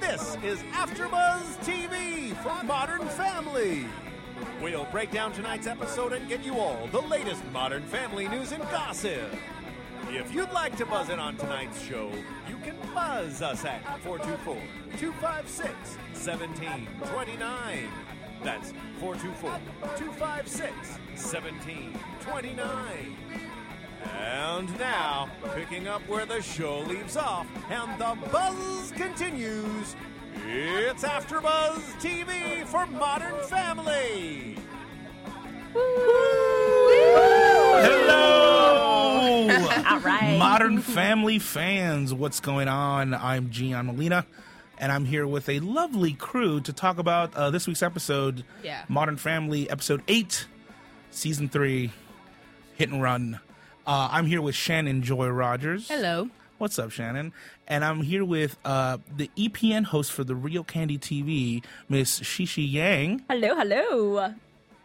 this is AfterBuzz TV for Modern Family. We'll break down tonight's episode and get you all the latest Modern Family news and gossip. If you'd like to buzz in on tonight's show, you can buzz us at 424 256 1729. That's 424 256 1729. And now, picking up where the show leaves off and the buzz continues, it's AfterBuzz TV for Modern Family. Hello! All right. Modern Family fans, what's going on? I'm Gian Molina, and I'm here with a lovely crew to talk about uh, this week's episode Yeah. Modern Family, Episode 8, Season 3, Hit and Run. Uh, I'm here with Shannon Joy Rogers. Hello. What's up, Shannon? And I'm here with uh, the EPN host for the Real Candy TV, Miss Shishi Yang. Hello, hello.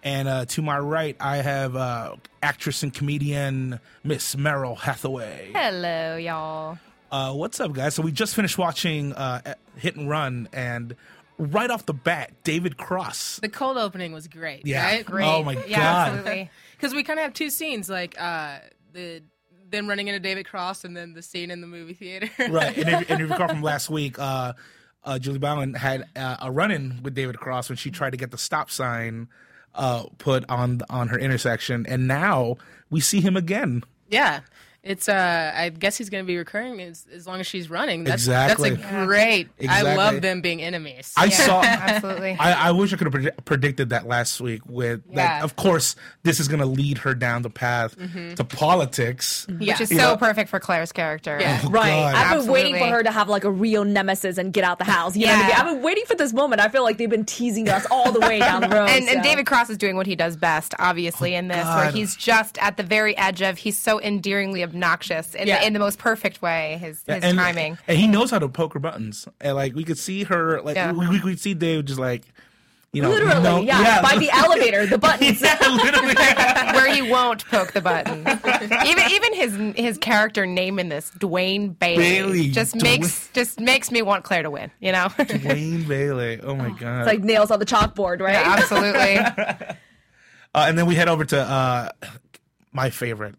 And uh, to my right, I have uh, actress and comedian Miss Meryl Hathaway. Hello, y'all. Uh, what's up, guys? So we just finished watching uh, Hit and Run, and right off the bat, David Cross. The cold opening was great. Yeah. Right? Great. Oh my yeah, God. absolutely. Because we kind of have two scenes, like uh, the them running into David Cross, and then the scene in the movie theater. Right, and if, and if you recall from last week, uh, uh, Julie Bowen had uh, a run-in with David Cross when she tried to get the stop sign uh, put on on her intersection, and now we see him again. yeah. It's uh, I guess he's going to be recurring as, as long as she's running. That's, Exactly. That's a great. Exactly. I love them being enemies. I saw. Absolutely. I, I wish I could have predi- predicted that last week. With that, Yeah. of course, this is going to lead her down the path Mm-hmm. to politics. yeah. Which is You so know- perfect for Claire's character. Yeah. Oh, Right. God. I've been waiting for Absolutely. her to have like a real nemesis and get out the house. You know what Yeah. I mean? I've been waiting for this moment. I feel like they've been teasing us all the way down the road. And, so. and David Cross is doing what he does best, obviously, in this, where Oh God. he's just at the very edge of, he's so endearingly obnoxious in, Yeah. in the most perfect way, his, his and, timing. and he knows how to poke her buttons. And like we could see her, like Yeah. we, we could see Dave just like, you know, literally, no- yeah, by the elevator, the buttons. yeah, literally. where he won't poke the button. even even his his character name in this, Dwayne Bailey, Bailey, just Dwayne. makes just makes me want Claire to win. You know, Wayne Bailey. Oh my god. Like nails on the chalkboard, right? absolutely. Uh, and then we head over to uh, my favorite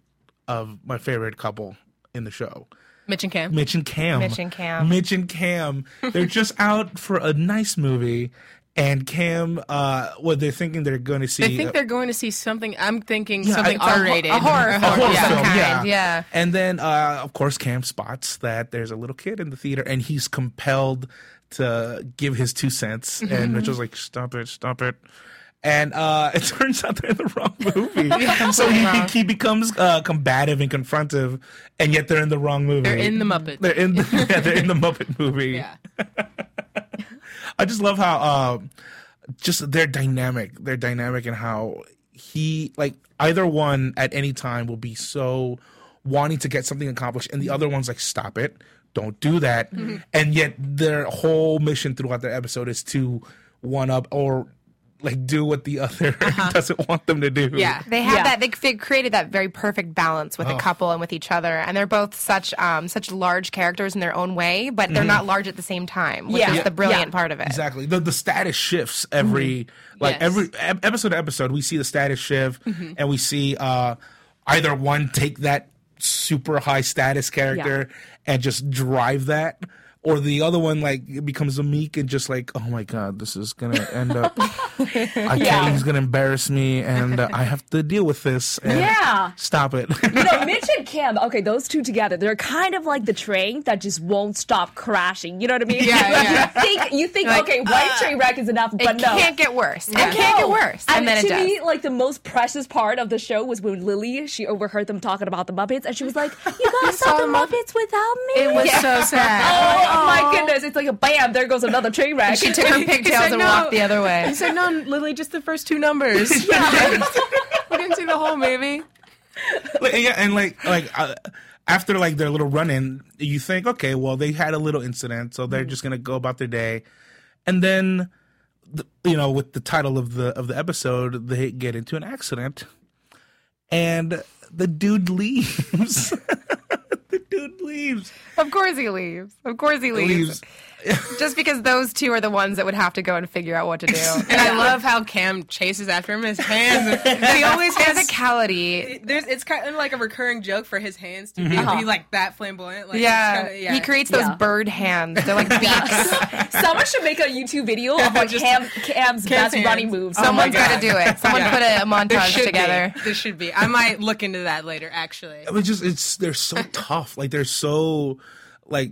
of my favorite couple in the show. Mitch and Cam. Mitch and Cam. Mitch and Cam. Mitch and Cam. They're just out for a nice movie, and Cam. Uh, what they're thinking they're going to see. I think uh, they're going to see something. I'm thinking Yeah, something it's a ho- R rated. a horror a horror Yeah. film, Kind, yeah. yeah. And then, uh, of course, Cam spots that there's a little kid in the theater, and he's compelled to give his two cents. And Mitchell's like, "Stop it! Stop it!" And uh, it turns out they're in the wrong movie. so he, wrong. he becomes uh, combative and confrontive, and yet they're in the wrong movie. They're in the Muppets. They're in the, yeah, they're in the Muppet movie. Yeah. I just love how um, just their dynamic, their dynamic, and how he like either one at any time will be so wanting to get something accomplished, and the other one's like, "Stop it, don't do that," Mm-hmm. and yet their whole mission throughout the episode is to one up or like do what the other doesn't want them to do. Uh-huh. Yeah. They have Yeah. that. They, they created that very perfect balance with a couple and with each other, and they're both such um, such large characters in their own way, but they're not large at the same time, which Yeah. is Yeah. the brilliant Yeah. part of it. Exactly. The the status shifts every Mm-hmm. like Yes. every ep- episode to episode. We see the status shift, and we see uh, either one take that super high status character and just drive that, or the other one like becomes a meek and just like, oh my god, this is gonna end up. I can't. He's gonna embarrass me, and uh, I have to deal with this. And Yeah. Stop it. You know, Mitch and Cam, okay, those two together, they're kind of like the train that just won't stop crashing. You know what I mean? Yeah, yeah. You think, you think Like, uh, okay, one train wreck is enough, but It no. can't get worse. It No. can't get worse, and, then to it does. me, like the most precious part of the show was when Lily she overheard them talking about the Muppets, and she was like, "You guys saw the Muppets without me." It was so sad. Oh, my goodness, it's like a bam, there goes another train wreck. She took her pigtails said and no. walked the other way. He said, "No, Lily, just the first two numbers. we didn't see the whole movie." Like, yeah, and like like uh, after like their little run in, you think, okay, well they had a little incident, so they're just gonna go about their day, and then the, you know with the title of the of the episode, they get into an accident, and the dude leaves. the dude leaves. Of course he leaves. Of course he leaves. Leaves. Just because those two are the ones that would have to go and figure out what to do. And I love how Cam chases after him. His hands. he always has. Physicality. There's. It's kind of like a recurring joke for his hands to be, be like that flamboyant. Like, Yeah. it's kinda- Mm-hmm. yeah. He creates those Yeah. bird hands. They're like beaks. Someone should make a YouTube video of like Just- Cam, Cam's Cam's best running hands. moves. Oh Someone's Oh God. got to do it. Someone Yeah. put a, a montage Should be. together. This should be. I might look into that later. Actually, I mean, just it's they're so tough. Like they're so like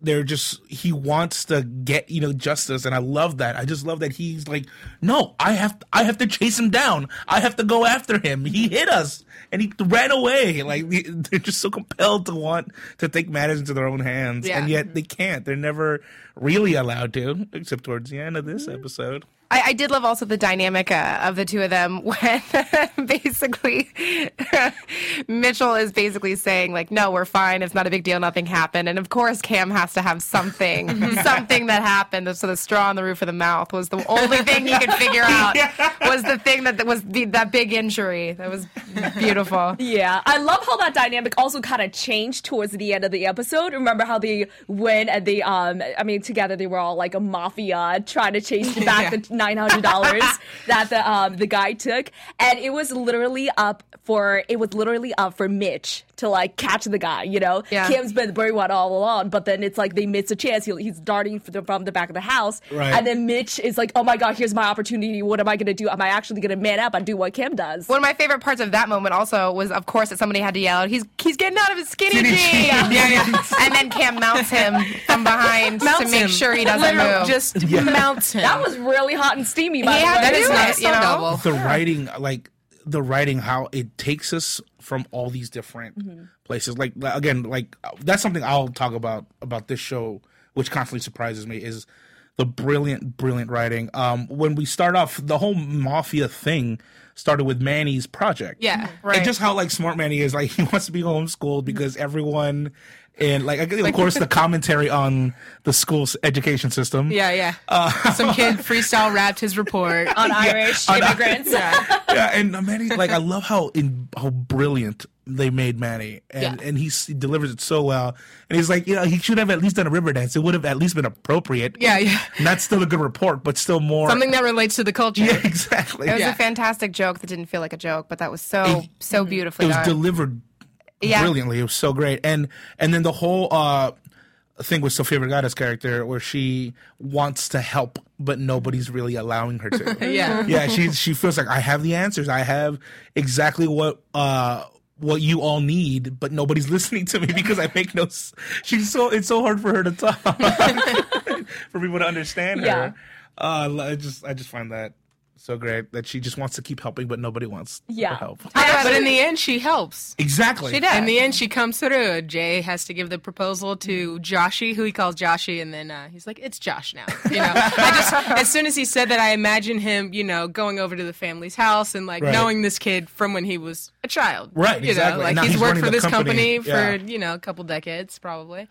they're just he wants to get you know justice, and I love that. I just love that he's like, no, I have I have to chase him down. I have to go after him. He hit us, and he ran away. Like we- they're just so compelled to want to take matters into their own hands, and Yeah. yet they can't. They're never really allowed to, except towards the end of this episode. I, I did love also the dynamic uh, of the two of them when basically Mitchell is basically saying like, "No, we're fine. It's not a big deal. Nothing happened." And of course, Cam has to have something, something that happened. So the straw on the roof of the mouth was the only thing he could figure out was the thing that, that was the, that big injury. That was beautiful. Yeah, I love how that dynamic also kind of changed towards the end of the episode. Remember how they went and they, um, I mean, together they were all like a mafia trying to chase back the nine hundred dollars that the um the guy took, and it was literally up for it was literally up for Mitch to like catch the guy. You know, Yeah. Kim's been the brave one all along, but then it's like they miss a chance. He, he's darting from the, from the back of the house, Right. and then Mitch is like, "Oh my god, here's my opportunity. What am I gonna do? Am I actually gonna man up and do what Kim does?" One of my favorite parts of that moment also was, of course, that somebody had to yell out, "He's he's getting out of his skinny, Skinny jeans!" jeans. Yeah, yeah. and then Cam mounts him from behind to Mounts make him. sure he doesn't Literally move. Just mounts him. That was really hot and steamy, by Yeah, the way. that is Not a nice, you know? double. the writing like the writing how it takes us from all these different Mm-hmm. places like like, again like uh, that's something i'll talk about about this show which constantly surprises me is the brilliant brilliant writing um when we start off the whole mafia thing started with manny's project Yeah, and just how like smart Manny is. Like he wants to be homeschooled because everyone, and like of course the commentary on the school's education system. Yeah, yeah. Some kid freestyle rapped his report. on Irish Oh, immigrants. yeah, and Manny, like I love how in how brilliant they made Manny, and and he, s- he delivers it so well. And he's like, you know, he should have at least done a river dance. It would have at least been appropriate. Yeah, yeah. And that's still a good report, but still more Something that relates to the culture. Yeah, exactly. It was Yeah. a fantastic joke that didn't feel like a joke, but that was so so beautifully It was done. delivered Yeah. brilliantly. It was so great. And and then the whole uh thing with Sofia Vergara's character where she wants to help but nobody's really allowing her to. Yeah. yeah, she she feels like I have the answers. I have exactly what uh what you all need, but nobody's listening to me because I make no. s- She's so it's so hard for her to talk for people to understand Yeah. her. Uh, I just I just find that so great that she just wants to keep helping, but nobody wants Yeah. to help. But in the end, she helps. Exactly. She does. In the end, she comes through. Jay has to give the proposal to Joshy, who he calls Joshy, and then uh, he's like, "It's Josh now." You know, I just as soon as he said that, I imagine him, you know, going over to the family's house and like Right. knowing this kid from when he was a child. Right, You exactly. know, like And now he's, he's worked running for the this company, company. for Yeah. you know a couple decades, probably.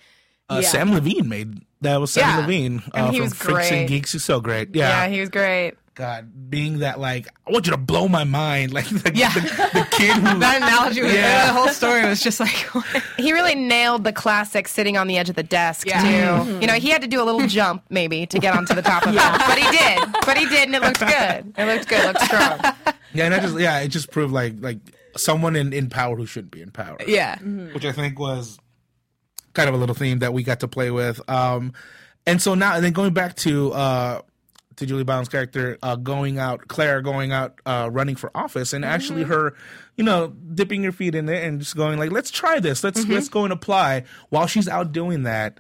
Uh, Yeah. Sam Levine made that was Sam Yeah. Levine uh, And he from was Freaks great. and Geeks. He's so great. yeah. Yeah. he was great. God, being that like I want you to blow my mind, like the, Yeah. the, the kid who That analogy, was, Yeah. the whole story was just like, He really nailed the classic sitting on the edge of the desk Yeah. too. You know, he had to do a little jump maybe to get onto the top of it, but he did. But he did, and it looked good. It looked good. It looked strong. Yeah, and I just yeah, it just proved like like someone in, in power who shouldn't be in power. yeah, Mm-hmm. Which I think was kind of a little theme that we got to play with. Um and so now and then going back to uh to Julie Bowden's character uh going out Claire going out uh running for office and actually Mm-hmm. her, you know, dipping Mm-hmm. her feet in it and just going like, Let's try this, let's let's go and apply while she's out doing that.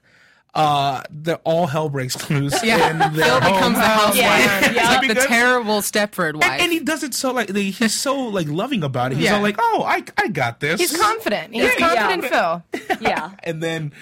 uh, the all hell breaks loose. Yeah. in their Phil home becomes the house. housewife. Yeah. It's like the Because- terrible Stepford wife. Oh, And, and he does it so like they, he's so like loving about it. He's Yeah. all like, "Oh, I I got this." He's confident. He's Yeah, yeah. confident, Phil. Yeah. and then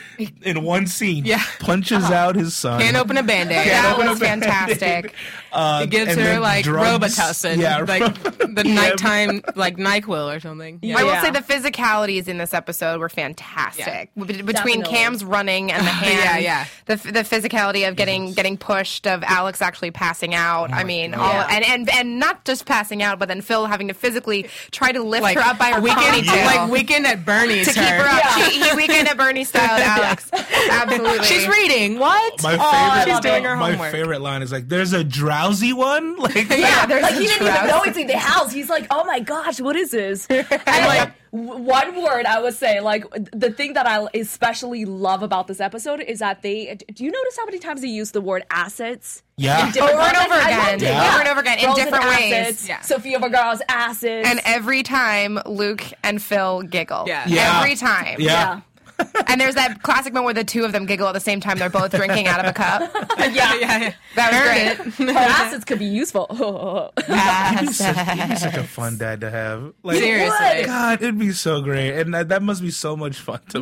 in one scene, Yeah. Uh-huh. punches out his son. Can't open a band-aid. Can't That open a was band-aid. fantastic. Uh, It gives and her then like drugs. Robitussin, Yeah, like the Yeah. nighttime like Nyquil or something. Yeah. I will Yeah. say the physicalities in this episode were fantastic. B- Between Definitely. Cam's running and the hand, Yeah, yeah. The, f- the physicality of getting getting pushed, of Alex actually passing out. I mean, all Oh Yeah. and, and and not just passing out, but then Phil having to physically try to lift Like her up by her weekend, ponytail like weekend at Bernie's. to keep her up. She, he weekend at Bernie styled Alex. Absolutely, She's reading. What? My favorite, she's doing her my homework. favorite line is like, "There's a drowsy one." Like, Yeah, there's like a he didn't even dress. know it's in the house. He's like, oh my gosh, what is this? And like w- one word I would say, like the thing that I especially love about this episode is that they. Do you notice how many times they use the word assets? Yeah. In different Oh, Over and over contexts? I again. loved it, Yeah. Over and over again, in Girls with different ways. assets, Yeah. Sophia Vergara's assets. And every time Luke and Phil giggle. Yeah. Yeah. Every time. yeah. And there's that classic moment where the two of them giggle at the same time. They're both drinking out of a cup. yeah, yeah, That was great. her assets could be useful. He'd be such, he'd be such a fun dad to have. Like, oh Seriously. God, it'd be so great, and that, that must be so much fun to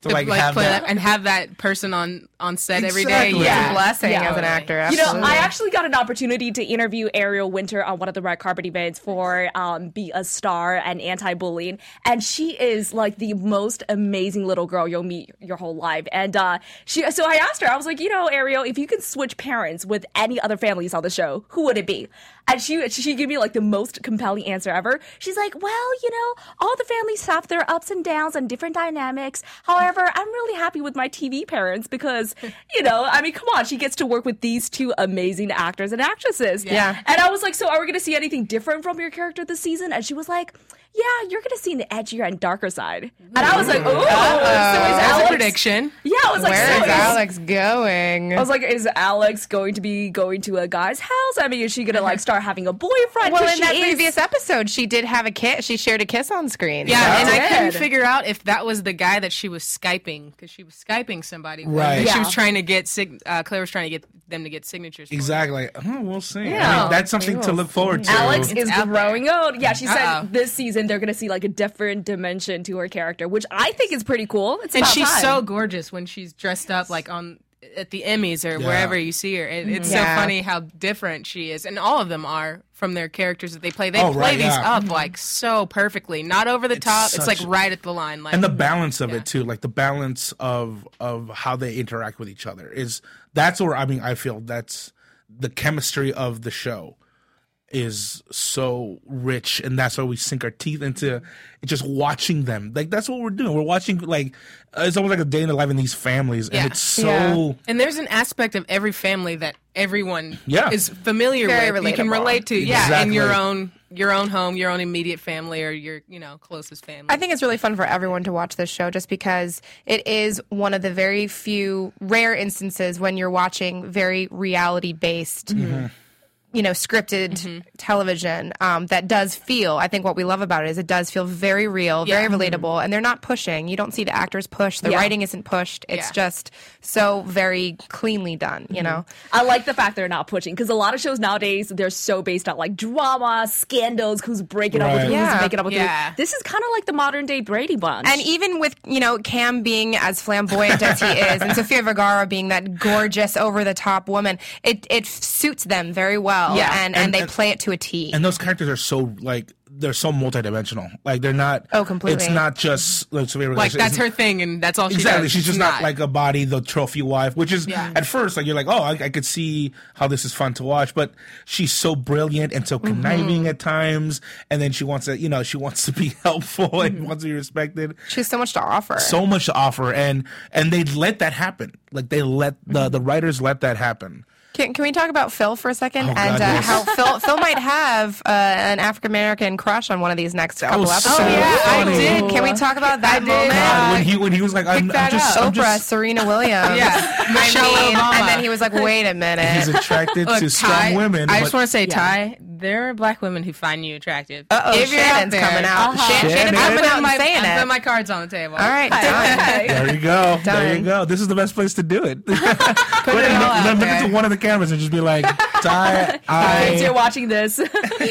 to, like, have Mm-hmm. play that. and have that person on on set every day. Exactly. It's a Yeah. blessing Yeah. as an actor. You know, Absolutely. I actually got an opportunity to interview Ariel Winter on one of the red carpet events for um, Be a Star and Anti Bullying. And she is like the most amazing little girl you'll meet your whole life. And uh, she, so I asked her, I was like, you know, Ariel, if you could switch parents with any other families on the show, who would it be? And she, she gave me like the most compelling answer ever. She's like, well, you know, all the families have their ups and downs and different dynamics. However, I'm really happy with my TV parents because, you know, I mean, come on, she gets to work with these two amazing actors and actresses. Yeah. And I was like, so are we going to see anything different from your character this season? And she was like, yeah, you're going to see an edgier and darker side. And I was like, ooh, so is That's a Alex? prediction. Yeah, I was like, Where so is Alex going? I was like, is Alex going to be going to a guy's house? I mean, is she going to like start having a boyfriend? well, 'Cause in she that is- previous episode, she did have a kiss. She shared a kiss on screen. Yeah, and I Wow. couldn't figure out if that was the guy that she was skyping because she was skyping somebody. Right. She Yeah. was trying to get sig- uh, Claire was trying to get them to get signatures. for it. Exactly. Like, oh, we'll see. I mean, Yeah. that's something to look forward to. Alex is out there. growing old. Yeah, she Uh-uh. Uh-oh. said this season they're going to see like a different dimension to her character, which I think is pretty cool. It's and about she's time. so gorgeous when she's dressed up like on at the Emmys or Yeah. wherever you see her. It, it's Yeah. so funny how different she is, and all of them are from their characters that they play. They Oh, play right, these yeah. up like so perfectly, not over the top. It's like such- right at the line. Like and the balance of it too like the balance of of how they interact with each other is that's where i mean i feel that's the chemistry of the show is so rich and that's why we sink our teeth into just watching them like that's what we're doing we're watching like uh, it's almost like a day in the life in these families Yeah. and it's so Yeah. And there's an aspect of every family that everyone Yeah. is familiar Very with. You can relatable. relate to, yeah, in Exactly. your own your own home, your own immediate family, or your you know closest family. I think it's really fun for everyone to watch this show just because it is one of the very few rare instances when you're watching very reality based. You know, scripted television um, that does feel. I think what we love about it is it does feel very real, very relatable, and they're not pushing. You don't see the actors push. The Yeah. writing isn't pushed. It's Yeah. just so very cleanly done. You know, I like the fact they're not pushing because a lot of shows nowadays they're so based on like drama, scandals, who's breaking up with Right. who, Yeah. who's making up with Yeah. who. This is kind of like the modern day Brady Bunch. And even with, you know, Cam being as flamboyant as he is and Sofia Vergara being that gorgeous, over the top woman, it, it suits them very well. Yeah. And, and, they play it to a T. and those characters are so like they're so multidimensional like they're not Oh, completely. it's not just like, Savannah like Garcia, that's it's- her thing, and that's all she Exactly. does. She's just not, like a body, the trophy wife, which is Yeah. at first like you're like, oh, I, I could see how this is fun to watch, but she's so brilliant and so Mm-hmm. conniving at times, and then she wants to, you know, she wants to be helpful Mm-hmm. and wants to be respected. She has so much to offer. So much to offer, and and they let that happen. Like they let Mm-hmm. the the writers let that happen. Can, can we talk about Phil for a second? Oh, and God, uh, yes. how Phil, Phil might have uh, an African American crush on one of these next couple was episodes. so Oh, yeah, I funny. did. Can we talk about that moment? God, when he when he was like, I'm, Pick that I'm just, up. I'm Oprah, just, Serena Williams. yeah, I Michelle mean, Obama. and then he was like, wait a minute. he's attracted to strong Uh, Ty, women. I just but- want to say, Ty, there are black women who find you attractive. Uh-oh, If you're out Shannon's there- coming out. Uh-huh. Shan- Shannon. Shannon's coming out and my, saying I it. put my cards on the table. All right, done. There you go. There you Done. go. This is the best place to do it. Put it out look, look there. into one of the cameras and just be like, Ty, If you're I. watching this,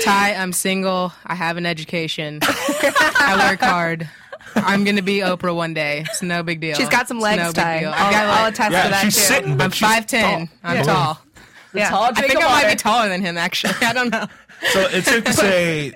Ty, I'm single. I have an education. I work hard. I'm gonna be Oprah one day. It's no big deal. She's got some It's legs, no big Ty. deal. I'll, I've got I'll like- attest Yeah, to that she's too. sitting, but I'm she's five ten. tall. I'm Yeah. tall. Yeah. tall I drink think of I might water. be taller than him. Actually, I don't know. So it's safe to say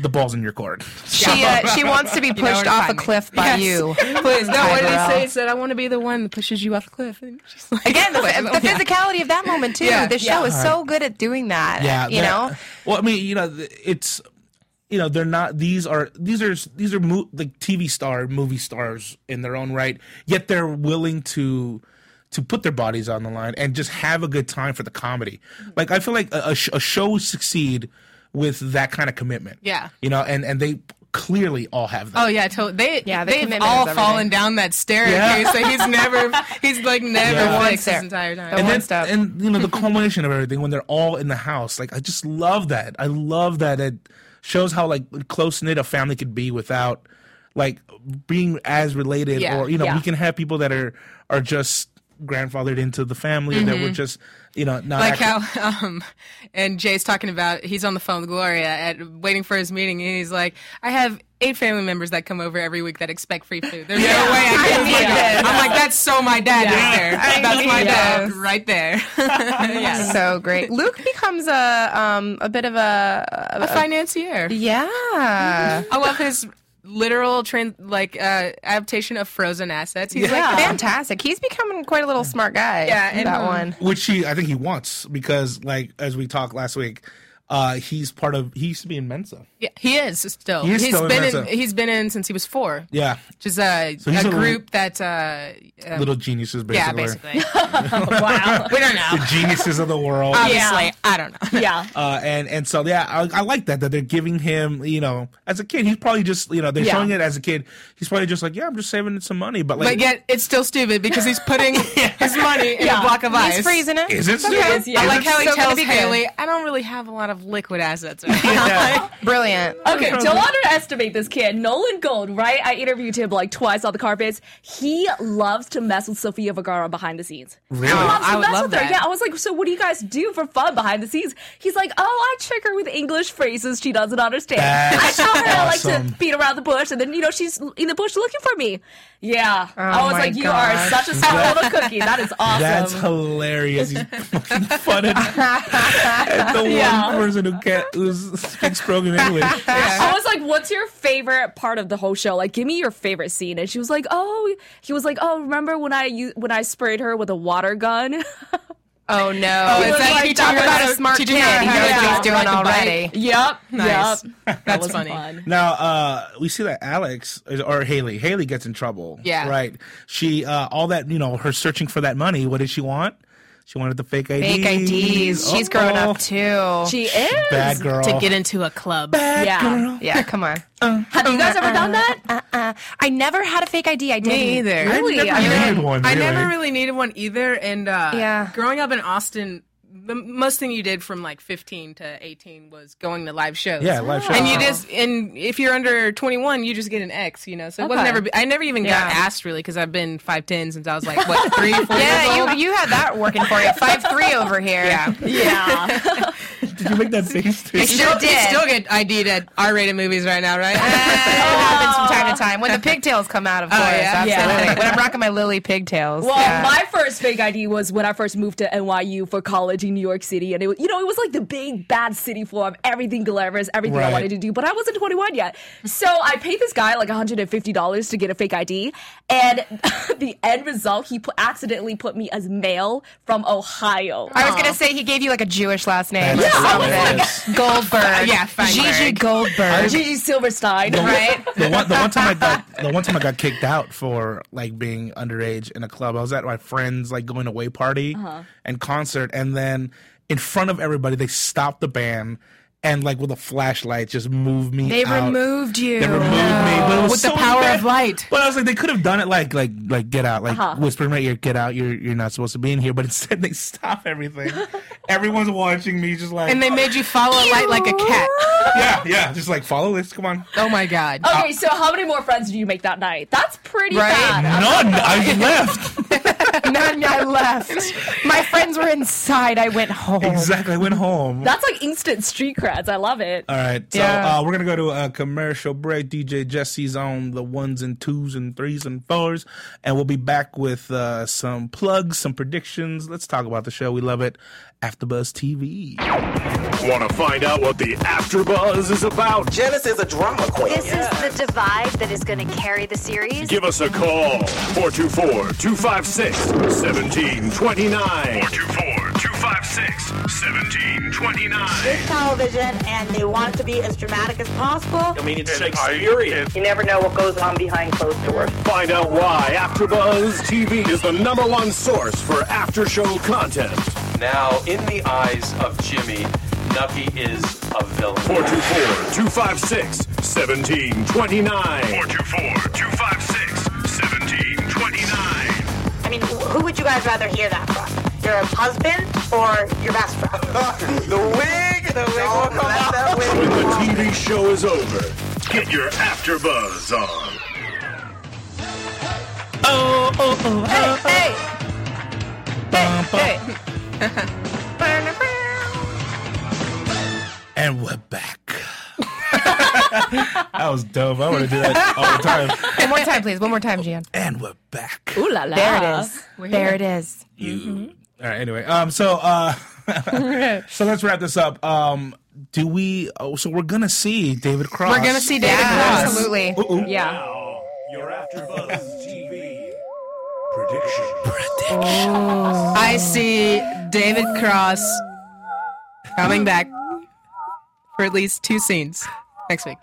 the ball's in your court. She uh, she wants to be know where pushed to off a find me. cliff by Yes. you. Please, no. Ty What did they Burrell. say? It said I want to be the one that pushes you off the cliff. And she's like, Again, the, the Yeah. physicality of that moment too. Yeah. The show is so good at doing that. yeah you they're- know. well i mean you know th- it's you know they're not these are these are these are mo- like tv star movie stars in their own right yet they're willing to to put their bodies on the line and just have a good time for the comedy like i feel like a, a, sh- a show would succeed with that kind of commitment Yeah. you know and and they clearly all have that Oh yeah, to- they Yeah, the they've commitment all is fallen everything. down that staircase. Yeah. So he's never he's like never Yeah. fixed There. his entire time. The and one then, step. and you know the culmination of everything when they're all in the house like i just love that i love that it shows how like close knit a family could be without like being as related Yeah, or you know yeah. we can have people that are are just grandfathered into the family that were just you know not Mm-hmm. like actually- how um and Jay's talking about he's on the phone with Gloria at waiting for his meeting and he's like, I have eight family members that come over every week that expect free food. There's no way I can need this. I'm like, that's so my dad right there. I that's my need dad this. right there. yes. So great. Luke becomes a um a bit of a, A financier. yeah. I love his literal trans like uh adaptation of frozen assets. He's Like like fantastic. He's becoming quite a little smart guy. Yeah, and, that um, one. which he i think he wants because like as we talked last week uh he's part of he used to be in mensa Yeah, he is still. He He is has still in been in, Mensa. he's been in since he was four. yeah Which is a, he's a a little- group that uh um, little geniuses basically, yeah, basically. wow. we don't know. the geniuses of the world Obviously, I don't know. Yeah. Uh, and and so yeah, I, I like that that they're giving him you know as a kid he's probably just you know they're Yeah. showing it as a kid he's probably just like yeah I'm just saving some money but like But yet, it's still stupid because he's putting his money in Yeah. a block of ice. He's freezing it. is it stupid? is, yeah. I Is like it- how he So gonna tells be good. Haley, "I don't really have a lot of liquid assets." Right now." Yeah. Brilliant. Okay, don't underestimate this kid, Nolan Gold. Right? I interviewed him like twice on the carpets. He loves to mess with Sofia Vergara behind the scenes. Really? He loves I to would mess love with her. that. Yeah, I was like, so what do you guys do for fun behind the scenes? He's like, oh, I trick her with English phrases she doesn't understand. That's I tell her I like awesome. to beat around the bush, and then you know she's in the bush looking for me. Yeah, I Oh was my like, you gosh. are such a smart little cookie. That is awesome. That's hilarious. He's fucking fun at, at the Yeah. one person who can who speaks broken English. I was like, "What's your favorite part of the whole show? Like, give me your favorite scene." And she was like, "Oh," he was like, "Oh, remember when I u- when I sprayed her with a water gun?" Oh no. Is was that like, teaching Talk her about how- a smart kid. teaching her He knows how to what he's drive doing like a bike? already. yep, Nice. yep. That's was funny. fun. Now uh, we see that Alex or Haley. Haley gets in trouble. Yeah. Right. She uh, all that you know her searching for that money. What did she want? She wanted the fake Oh, IDs. Fake IDs. She's grown Uh-oh. up too. She is. Bad girl. To get into a club. yeah. yeah, come on. Have you guys ever done that? I never had a fake ID. I didn't. either. Really? I've never I had really- Needed one, I really. never really needed one either. And uh, Yeah. growing up in Austin, the most thing you did from like 15 to 18 was going to live shows. Yeah, live shows. And you just and if you're under 21, you just get an X. You know, so it was Okay. never. I never even Yeah. got asked really because I've been 5'10 since I was like what three, four years old. Yeah, you, you had that working for you. Five three over here. yeah, Yeah. Did you make that face? too? I sure you did. still get ID'd at R-rated movies right now, right? Uh, Oh. it happens from time to time when the pigtails come out. Of course, Oh, yeah? Yeah. absolutely. When I'm rocking my lily pigtails. Well, yeah. my first fake ID was when I first moved to NYU for college in New York City, and it was, you know, it was like the big bad city form, everything glamorous, everything Right. I wanted to do, but I wasn't 21 yet. So I paid this guy like $150 to get a fake ID, and the end result, he put, accidentally put me as male from Ohio. I was gonna say he gave you like a Jewish last name. That's or something. hilarious. Goldberg. Yeah, Feinberg. Gigi Goldberg. Gigi Silverstein, right? the one, the one time I got, the one time I got kicked out for like being underage in a club. I was at my friend's like going away party Uh-huh. and concert, and then in front of everybody, they stopped the band and like with a flashlight just moved me. They out. removed you. They removed me, but it was With the so power bad. of light. Uh-huh. But I was like, they could have done it like, like, like, get out, like, whisper in my ear, get out. You're, you're not supposed to be in here. But instead, they stop everything, Everyone's watching me, just like And they made you follow a light like a cat. yeah, yeah, just like follow this. Come on. Oh my god. Okay, Uh, so how many more friends did you make that night? That's pretty Right? bad. None. I left. None I left. My friends were inside. I went home. Exactly. I went home. That's like instant street creds. I love it. All right. So Yeah. uh, we're going to go to a commercial break. DJ Jesse's on the ones and twos and threes and fours. And we'll be back with uh, some plugs, some predictions. Let's talk about the show. We love it. AfterBuzz TV. Want to find out what the AfterBuzz is about? Janice is a drama queen. This is the divide that is going to carry the series. Give us a call 424-256-1729. 424-256-1729. television and they want it to be as dramatic as possible. I mean, it's Shakespearean. You never know what goes on behind closed doors. Find out why AfterBuzz TV is the number one source for after-show content. Now, in the eyes of Jimmy, Nucky is a villain. 424-256-1729. 424-256-1729. I mean, wh- who would you guys rather hear that from? Your husband or your best friend? the wig! The wig will come out. When the TV show is over, get your AfterBuzz on. Hey, Bum, bum. hey. And we're back. that was dope. I want to do that all the time. One more time, please. One more time, Gian. And we're back. Ooh la la. There it is. There it is. You. All right. Anyway. Um. So. Uh. so let's wrap this up. Um. Do we? Oh. So we're gonna see David Cross. We're gonna see David Cross. Absolutely. Ooh, ooh. Yeah. Your AfterBuzz TV prediction. I see David Cross coming back for at least two scenes next week.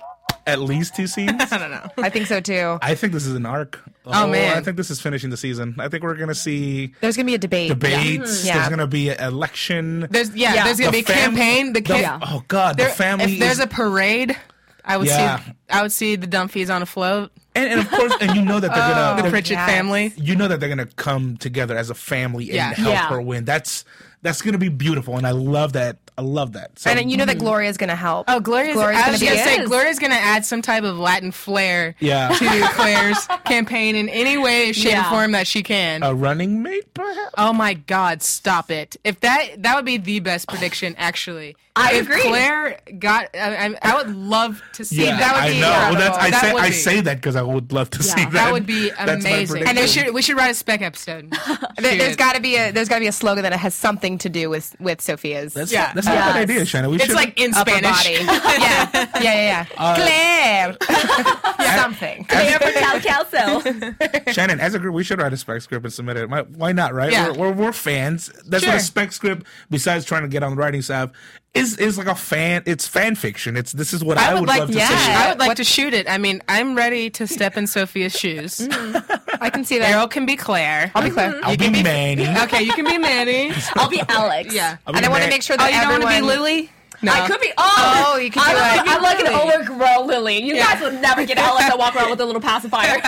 At least two scenes. I don't know. I think so too. I think this is an arc. The Oh, man. I think this is finishing the season. I think we're gonna see There's gonna be a debate. debates. Yeah. There's gonna be an election. There's yeah, Yeah. there's gonna The be a fam- campaign. The, the- cam- oh God, there- the family. If there's is, a parade, I would Yeah. see I would see the Dumfies on a float, and, and of course, and you know that they're gonna the they're- Pritchett yes. family. you know that they're gonna come together as a family Yeah. and help Yeah. her win. That's that's gonna be beautiful, and I love that. I love that. So, And you know that Gloria's gonna help. Oh, Gloria's, I was be gonna it. say Gloria's gonna add some type of Latin flair Yeah. to Claire's campaign in any way, shape, Yeah. or form that she can. a running mate, perhaps. Oh my God! Stop it! If that that would be the best prediction, actually. I if agree. Claire got, I, I, I would love to see. Yeah, that would I be know. Well, that's, I That say would I be- say that because I would love to see that. that, would be That's my amazing. And prediction. we should we should write a spec episode. There, Shoot. there's got to be a there's got to be a slogan that has something to do with with Sophia's. that's, yeah. that's not a Yes. bad idea, Shannon. We it's should, like in upper Spanish. body. yeah, yeah, yeah. yeah. Uh, Claire, something. There for Cal Calso. Shannon, as a group, we should write a spec script and submit it. Why- Why not, right? Yeah. We're, we're, we're fans. That's what Sure. a spec script, besides trying to get on the writing side, is is like a fan. It's fan fiction. It's this is what I, would, love to to see. shoot. I would like What- to shoot it. I mean, I'm ready to step in Sophia's shoes. Mm. I can see that. Errol can be Claire. I'll be Claire. I'll be Manny. Okay, you can be Manny. I'll be Alex. Yeah. Uh, I'll be And I want to Manny. make sure Oh, that you don't want to be everyone- Lily? No. I could be. Oh, Oh, you could I'm do like, it. I'm like an Lily. overgrown Lily. You guys would never get Alex that walk around with a little pacifier.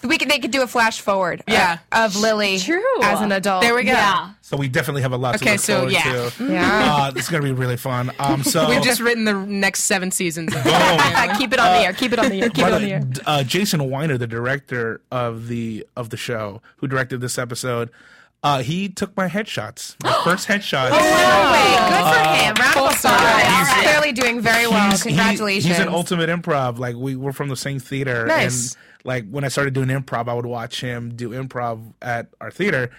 We could, they could do a flash forward. of- Yeah. Of, Lily. True. As an adult. There we go. yeah. So we definitely have a lot to Okay, look so, forward yeah. to. Yeah. Uh, it's gonna be really fun. Um, so Oh, We've just written the next seven seasons. of- boom. keep it on the air. Keep it on the air. Keep By it the on way, the air. d- uh, Jason Weiner, the director of the of the show, who directed this episode, uh, he took my headshots, my first headshots. Oh, Wait, good for him. Round of applause. He's- He's clearly doing very well. He's- he- Congratulations. he's an ultimate improv. Like we were from the same theater. Nice. And like when I started doing improv, I would watch him do improv at our theater.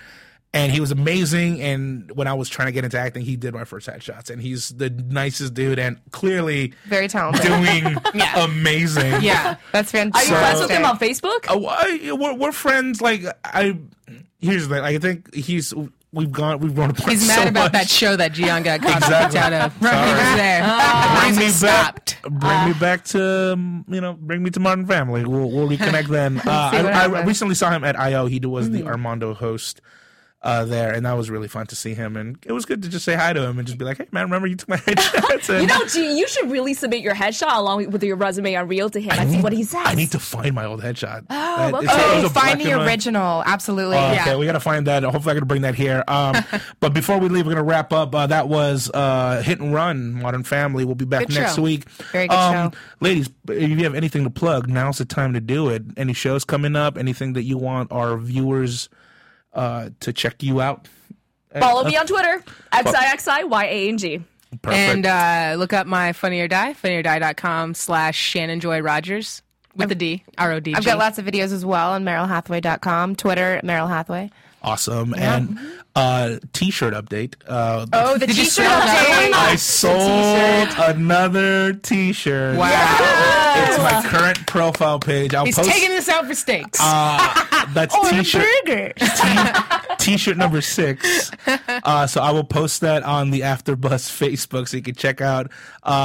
And he was amazing. And when I was trying to get into acting, he did my first headshots. And he's the nicest dude and clearly very talented. doing amazing. yeah. That's Are you fantastic. friends with him on Facebook? Oh, I, we're, we're friends. Like I, here's the thing. Like, I think he's we've gone we've grown apart. He's mad so about much. that show that Gian got kicked Exactly. out of. Sorry. He was there. Bring me stopped. back. Bring me back to um, you know. Bring me to Martin Family. We'll we'll reconnect then. Uh, See what I, I happens. recently saw him at I.O. He was the Armando host uh, there, and that was really fun to see him. And it was good to just say hi to him and just be like, "Hey, man, remember you took my headshots?" And You know, G, you should really submit your headshot along with your resume on Real to him. I, see what he says. I need to find my old headshot. Oh, Oh, find the original. Absolutely. Uh, yeah. Okay, we got to find that. Hopefully, I can bring that here. Um, but before we leave, we're going to wrap up. Uh, that was uh, Hit and Run, Modern Family. We'll be back Good next show. week. Um, Very good show. Ladies, if you have anything to plug, now's the time to do it. Any shows coming up? Anything that you want our viewers uh, to check you out? Follow me on Twitter, XIXIYANG. Perfect. And uh, look up my Funny or Die, funnyordie.com slash Shannon Joy Rogers with the D, R-O-D-G. I've got lots of videos as well on MerylHathaway.com, Twitter, Meryl Hathaway. awesome. And uh, T-shirt update. Uh, Oh, the you t-shirt sell that? update. I sold another T-shirt. Wow. It's my current profile page. I'll He's post. taking this out for stakes. Uh, that's t-shirt t- t-shirt number six uh, so i will post that on the afterbus facebook so you can check out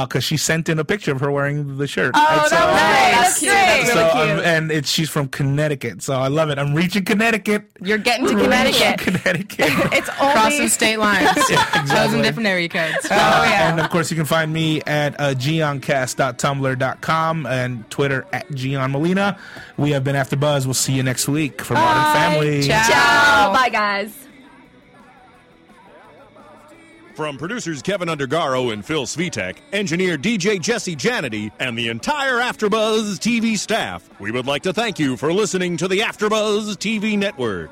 because she sent in a picture of her wearing the shirt oh, so, Nice. That's so I'm- and it's she's from connecticut so i love it i'm reaching connecticut You're getting to We're reaching Connecticut. connecticut It's only Crossing state lines. Those in exactly. different area codes. Uh, And of course, you can find me at uh, geoncast.tumblr.com and Twitter at Gian Molina. We have been After Buzz. We'll see you next week for Modern Family. Ciao. Bye, guys. From producers Kevin Undergaro and Phil Svitek, engineer DJ Jesse Janity, and the entire Afterbuzz TV staff, we would like to thank you for listening to the Afterbuzz TV network.